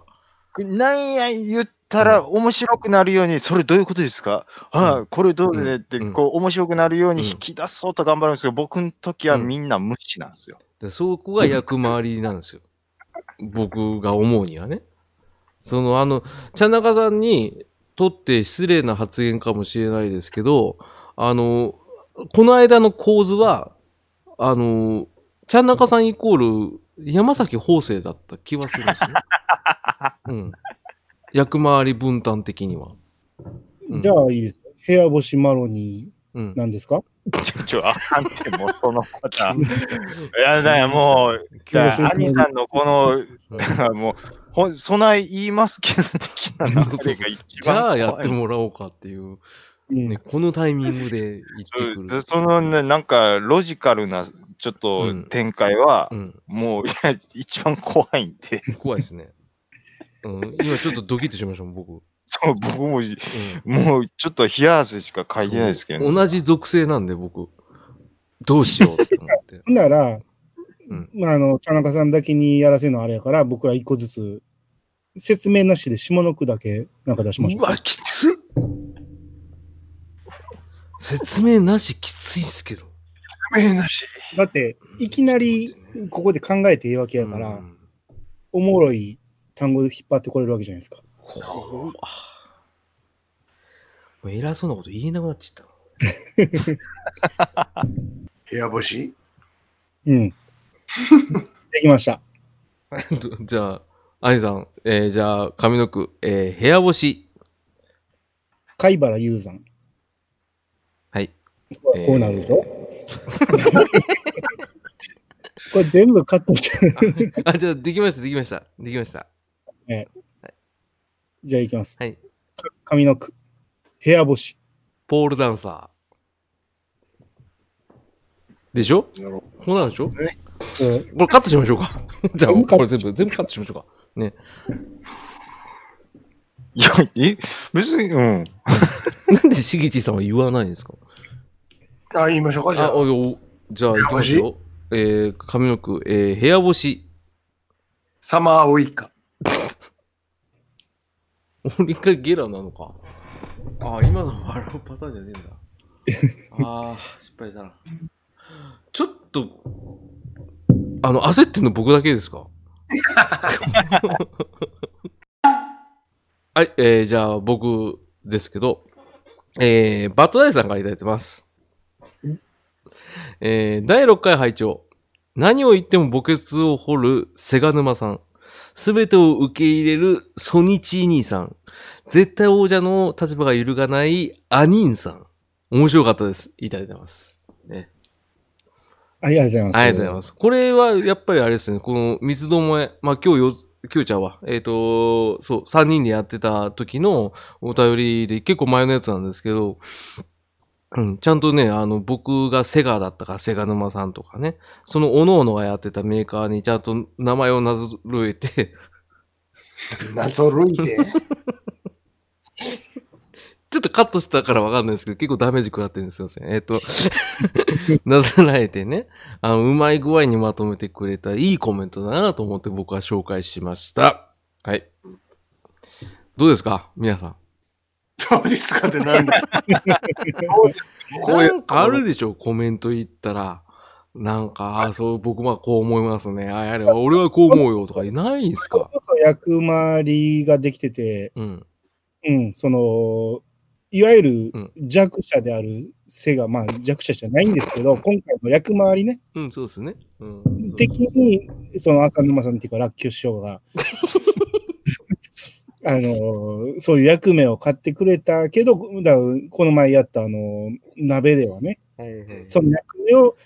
S4: なんや言ったら面白くなるように、それどういうことですか、ああ、これどうでって、
S3: うん
S4: こう面白くなるよう
S3: うん
S4: に引き出そうと頑張るんですけど、僕の時は
S3: うん
S4: みんな無視なんですよ。
S3: でそこが役回りなんですよ。僕が思うにはね。その、あの、ちゃん中さんにとって失礼な発言かもしれないですけど、あの、この間の構図は、あの、ちゃん中さんイコール山崎法生だった気はするんです ね。うん。役回り分担的には。うん
S5: じゃあいいです。部屋干しマロニ
S3: うん
S5: ー。なんですか
S4: ちょ、ちょ、あかんって、もうそのパター ン。いやだよ、もう、じゃあ、兄さんのこの、だから もう、ほん備え言いますけど、的な流れが一
S3: そ
S4: 番
S3: うそうそうじゃ
S4: 怖
S3: あ
S4: い
S3: やってもらおうかっていう、
S5: うん
S3: ね、このタイミングで言ってく
S4: で
S3: る。
S4: そのね、なんか、ロジカルな、ちょっと
S3: うん
S4: 展開は、
S3: うん。
S4: もう、いや、一番怖いんで、
S3: 怖いですね。うん、今ちょっとドキッとしましたもん、僕。うん、
S4: そう、僕も、もう、ちょっと冷や汗しか書いてないですけど、
S3: 同じ属性なんで、僕。どうしようって思って。
S5: ほんなら、
S3: うん
S5: まあ、あの、田中さんだけにやらせるのあれやから、僕ら一個ずつ、説明なしで下の句だけなんか出しましょ
S3: うわ、きつっ説明なしきついっすけど。
S2: 名なし。
S5: う。だって、いきなりここで考えていいわけやから、
S3: うん
S5: おもろい単語引っ張ってこれるわけじゃないですか。
S3: ほわもう偉そうなこと言えなくなっちゃっ
S2: 部屋干し
S5: うん。できました。
S3: た な。どじゃあ、アニさん、えーじゃあ、上の句、えー部屋干し。
S5: 貝原雄山。
S3: はい。
S5: こ
S3: えー
S5: うなるでしょ、 これ全部カットして、
S3: あ、じゃあ、できました、できました。できました。
S5: じゃあいきます。
S3: はい。
S5: 上の句。部屋 干し。
S3: ポールダンサー。でしょこ
S2: なるほ
S3: うなんでしょこ
S5: うん
S3: れカットしましょ うか。じゃあ、
S5: 全部カッ
S3: これ
S5: ト
S3: 全部、全部カットしましょうか。
S4: いや、え、別に、うん。
S3: なんでしげちさんは言わないんですか
S2: ど。あ、言いましょうか、じゃ
S3: あ、
S2: あ。
S3: おいおじゃあ、行きますよ。えー、髪の句、えー、部屋干し。
S2: サマーウイカ。
S3: 俺がゲラなのか。あ、今の笑うパターンじゃね えんだ。あー、失敗したな。ちょっと、あの、焦ってんの僕だけです かはい、えー、じゃあ僕ですけど、えー、バットダイさんからいただいてます。えー、第6回拝聴何を言っても墓穴を掘るセガ沼さん。すべてを受け入れるソニチー兄さん。絶対王者の立場が揺るがないアニーンさん。面白かったです。いただいてます。ね。
S5: あありがとうございます。
S3: ありがとうございます。これは、やっぱりあれですね、この水どもえ、まあ今日よ、今日ちゃうわ。えっ、と、そう、3人でやってた時のお便りで、結構前のやつなんですけど、うん、ちゃんとね、あの、僕がセガだったから、セガ沼さんとかね、その各々がやってたメーカーにちゃんと名前をなぞろえて、
S2: なぞるいて。
S3: ちょっとカットしたからわかんないですけど、結構ダメージ食らってるんですよ。えっ、と、 なぞらえてね、あの、うまい具合にまとめてくれたいいコメントだなと思って僕は紹介しました。はい。どうですか皆さん。
S2: どうですかってなんだこういう
S3: な
S2: ん
S3: かあるでしょコメント言ったら。なんか、あそう、僕はこう思いますね。ああれ、俺はこう思うよとか、ないんす
S5: それ
S3: か
S5: こそ役回りができてて、
S3: うん。
S5: うん、その、いわゆる
S3: うん
S5: 弱者であるセガ、まあ弱者じゃないんですけど、今回の役回りね、
S3: うん、そうですね。うん。
S5: 的に、その浅沼さんっていうか、ラッキョ師匠が、 あの、そういう役目を買ってくれたけど、だからこの前やった、あの、鍋ではね、その役目を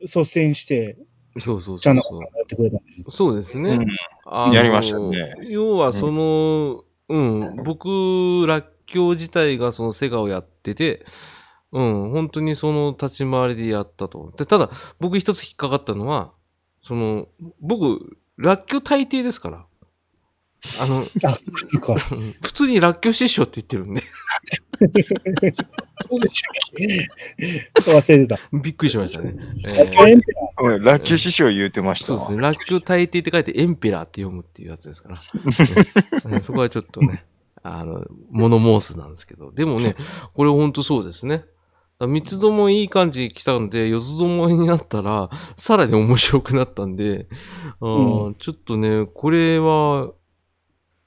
S5: 率先して、
S3: そうそう
S5: ち
S3: そ
S5: ゃ
S3: う
S5: んの
S3: そ
S5: やってくれた。
S3: う。そうですね。
S4: うん
S3: あの
S4: やりましたね。
S3: 要はその、うん、僕、らっきょう自体がそのセガをやってて、うん、本当にその立ち回りでやったと。でただ、僕一つ引っかかったのは、その、僕、らっきょう大抵ですから。あの、
S5: あ、靴か。
S3: うん普通にらっきょう師匠って言ってるんで、
S2: そうでし
S5: 忘れてた。
S3: びっくりしました ね。えー
S5: ラッキョエンペラ
S4: うんラッキュ師匠言うてました
S3: そう
S4: わ。
S3: ですね。らっきょう大抵って書いてエンペラーって読むっていうやつで すから。うんそこはちょっとね、あの、物申すなんですけど。でもね、これほんとそうですね。だから三つどもいい感じに来たんで、四つどもになったら、さらに面白くなったんで、あーちょっとね、これは、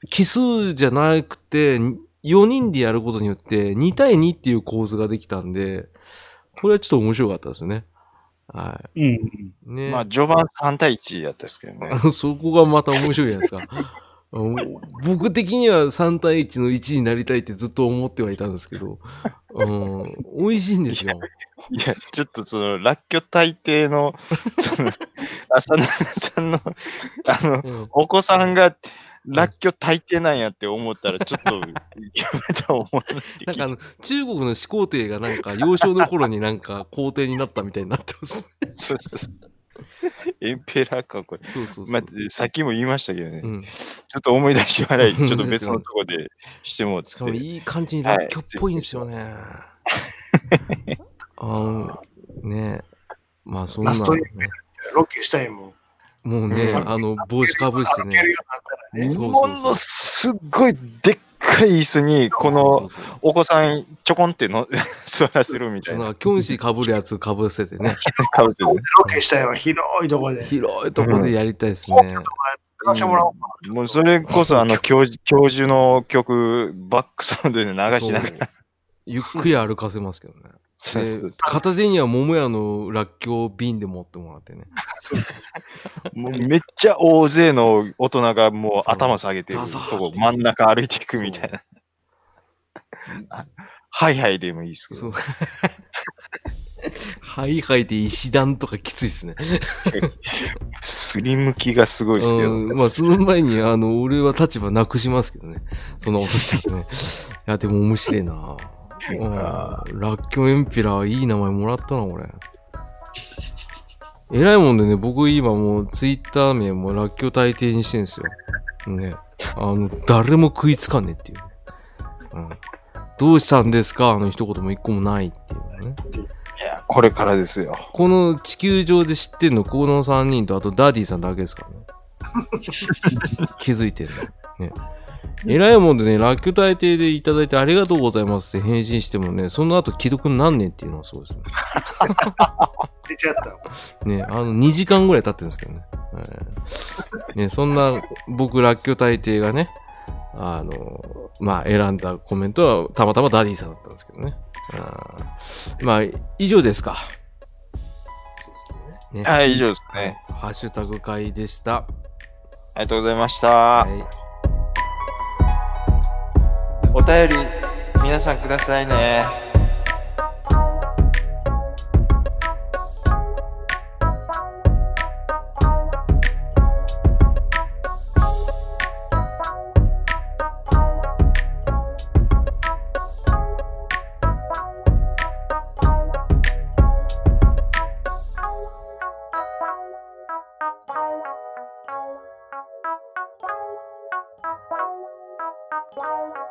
S3: 奇数じゃなくて、4人でやることによって、2対2っていう構図ができたんで、これはちょっと面白かったですね。は
S5: うん。
S3: い。ね。
S4: まあ、序盤3対1やったですけどね。
S3: あ そこがまた面白いじゃないですか。うん僕的には3対1の1になりたいってずっと思ってはいたんですけど、うん、美味しいんですよ。
S4: いや、ちょっとその、ラッキョ大抵 の、その、浅野さんの、あの、
S3: うん
S4: お子さんが、ラッキョ大抵なんやって思ったら、ちょっと、やめた思わなくて
S3: なんかあの、中国の始皇帝がなんか幼少の頃になんか皇帝になったみたいになってます。
S4: そうそうそうエンペラーか、これ。
S3: そうそうそう。
S4: まあ、さっきも言いましたけどね、
S3: うん、
S4: ちょっと思い出し笑い、ちょっと
S3: そうです
S4: 別
S3: よ
S4: のとこでしてもう
S3: してかもいい感じにラッキョっぽいんですよね。あの、ねまあそんな、
S2: ラスト
S3: ね
S2: イ、ょロケしたいもん。
S3: もうね、
S4: うん
S3: あの、帽子かぶして
S2: 歩けるよ
S3: ね。
S2: うになったらね。
S4: 日
S3: そう
S4: 本のすっごいでっかい椅子に、こ
S3: そう
S4: の
S3: そうそう
S4: お子さんちょこんっての 座らせるみた
S3: そ
S4: い
S3: の
S4: な
S3: キョンシーかぶるやつかぶせ てね、
S4: 顔してね
S2: ロケしたいわ、広いとこで。
S3: 広いとこでやりたいですね。
S2: 行かしてもらおうか
S4: もうそれこそあの教授教授の曲、バックサウンドで流しながら。
S3: そうゆっくり歩かせますけどね。
S4: そうそうそう
S3: で片手には桃屋のらっきょう瓶で持ってもらってね。
S4: もうめっちゃ大勢の大人がもう頭下げてる
S3: そう
S4: とこ真ん中歩いていくみたいな。あハイハイでもいいですけ
S3: そ
S4: ど
S3: う。。 はいはいで石段とかきついですね。
S4: すりむきがすごいですけど。
S3: うん、まあその前に、あの、俺は立場なくしますけどね。そのお寿 司ね。いや、でも面白いなうん
S4: あ
S3: らっきょうエンペラーいい名前もらったな、俺。えらいもんでね、僕今もうツイッター名もらっきょう大抵にしてるんですよ。ね。あの、誰も食いつかんねえっていう、うん。どうしたんですかあの一言も一個もないっていうね。
S4: いや、これからですよ。
S3: この地球上で知ってんの、この3人と、あとダディさんだけですからね。気づいてんだ。ね。えらいもんでね、ラッキョ大抵でいただいてありがとうございますって返信してもね、その後既読になんねんっていうのはそうですね。
S2: 出ちゃったわ。
S3: ね、あの、2時間ぐらい経ってるんですけどね。えーね、そんな、僕、らっきょ大帝がね、あの、まあ、選んだコメントは、たまたまダディさんだったんですけどね。あーまあ、以上ですか。ね
S4: はい、以上です
S3: は
S4: ね
S3: い。。ハッシュタグ会でした。
S4: ありがとうございました。
S3: はい。
S4: お便り、皆さんくださいね。
S1: Thank you.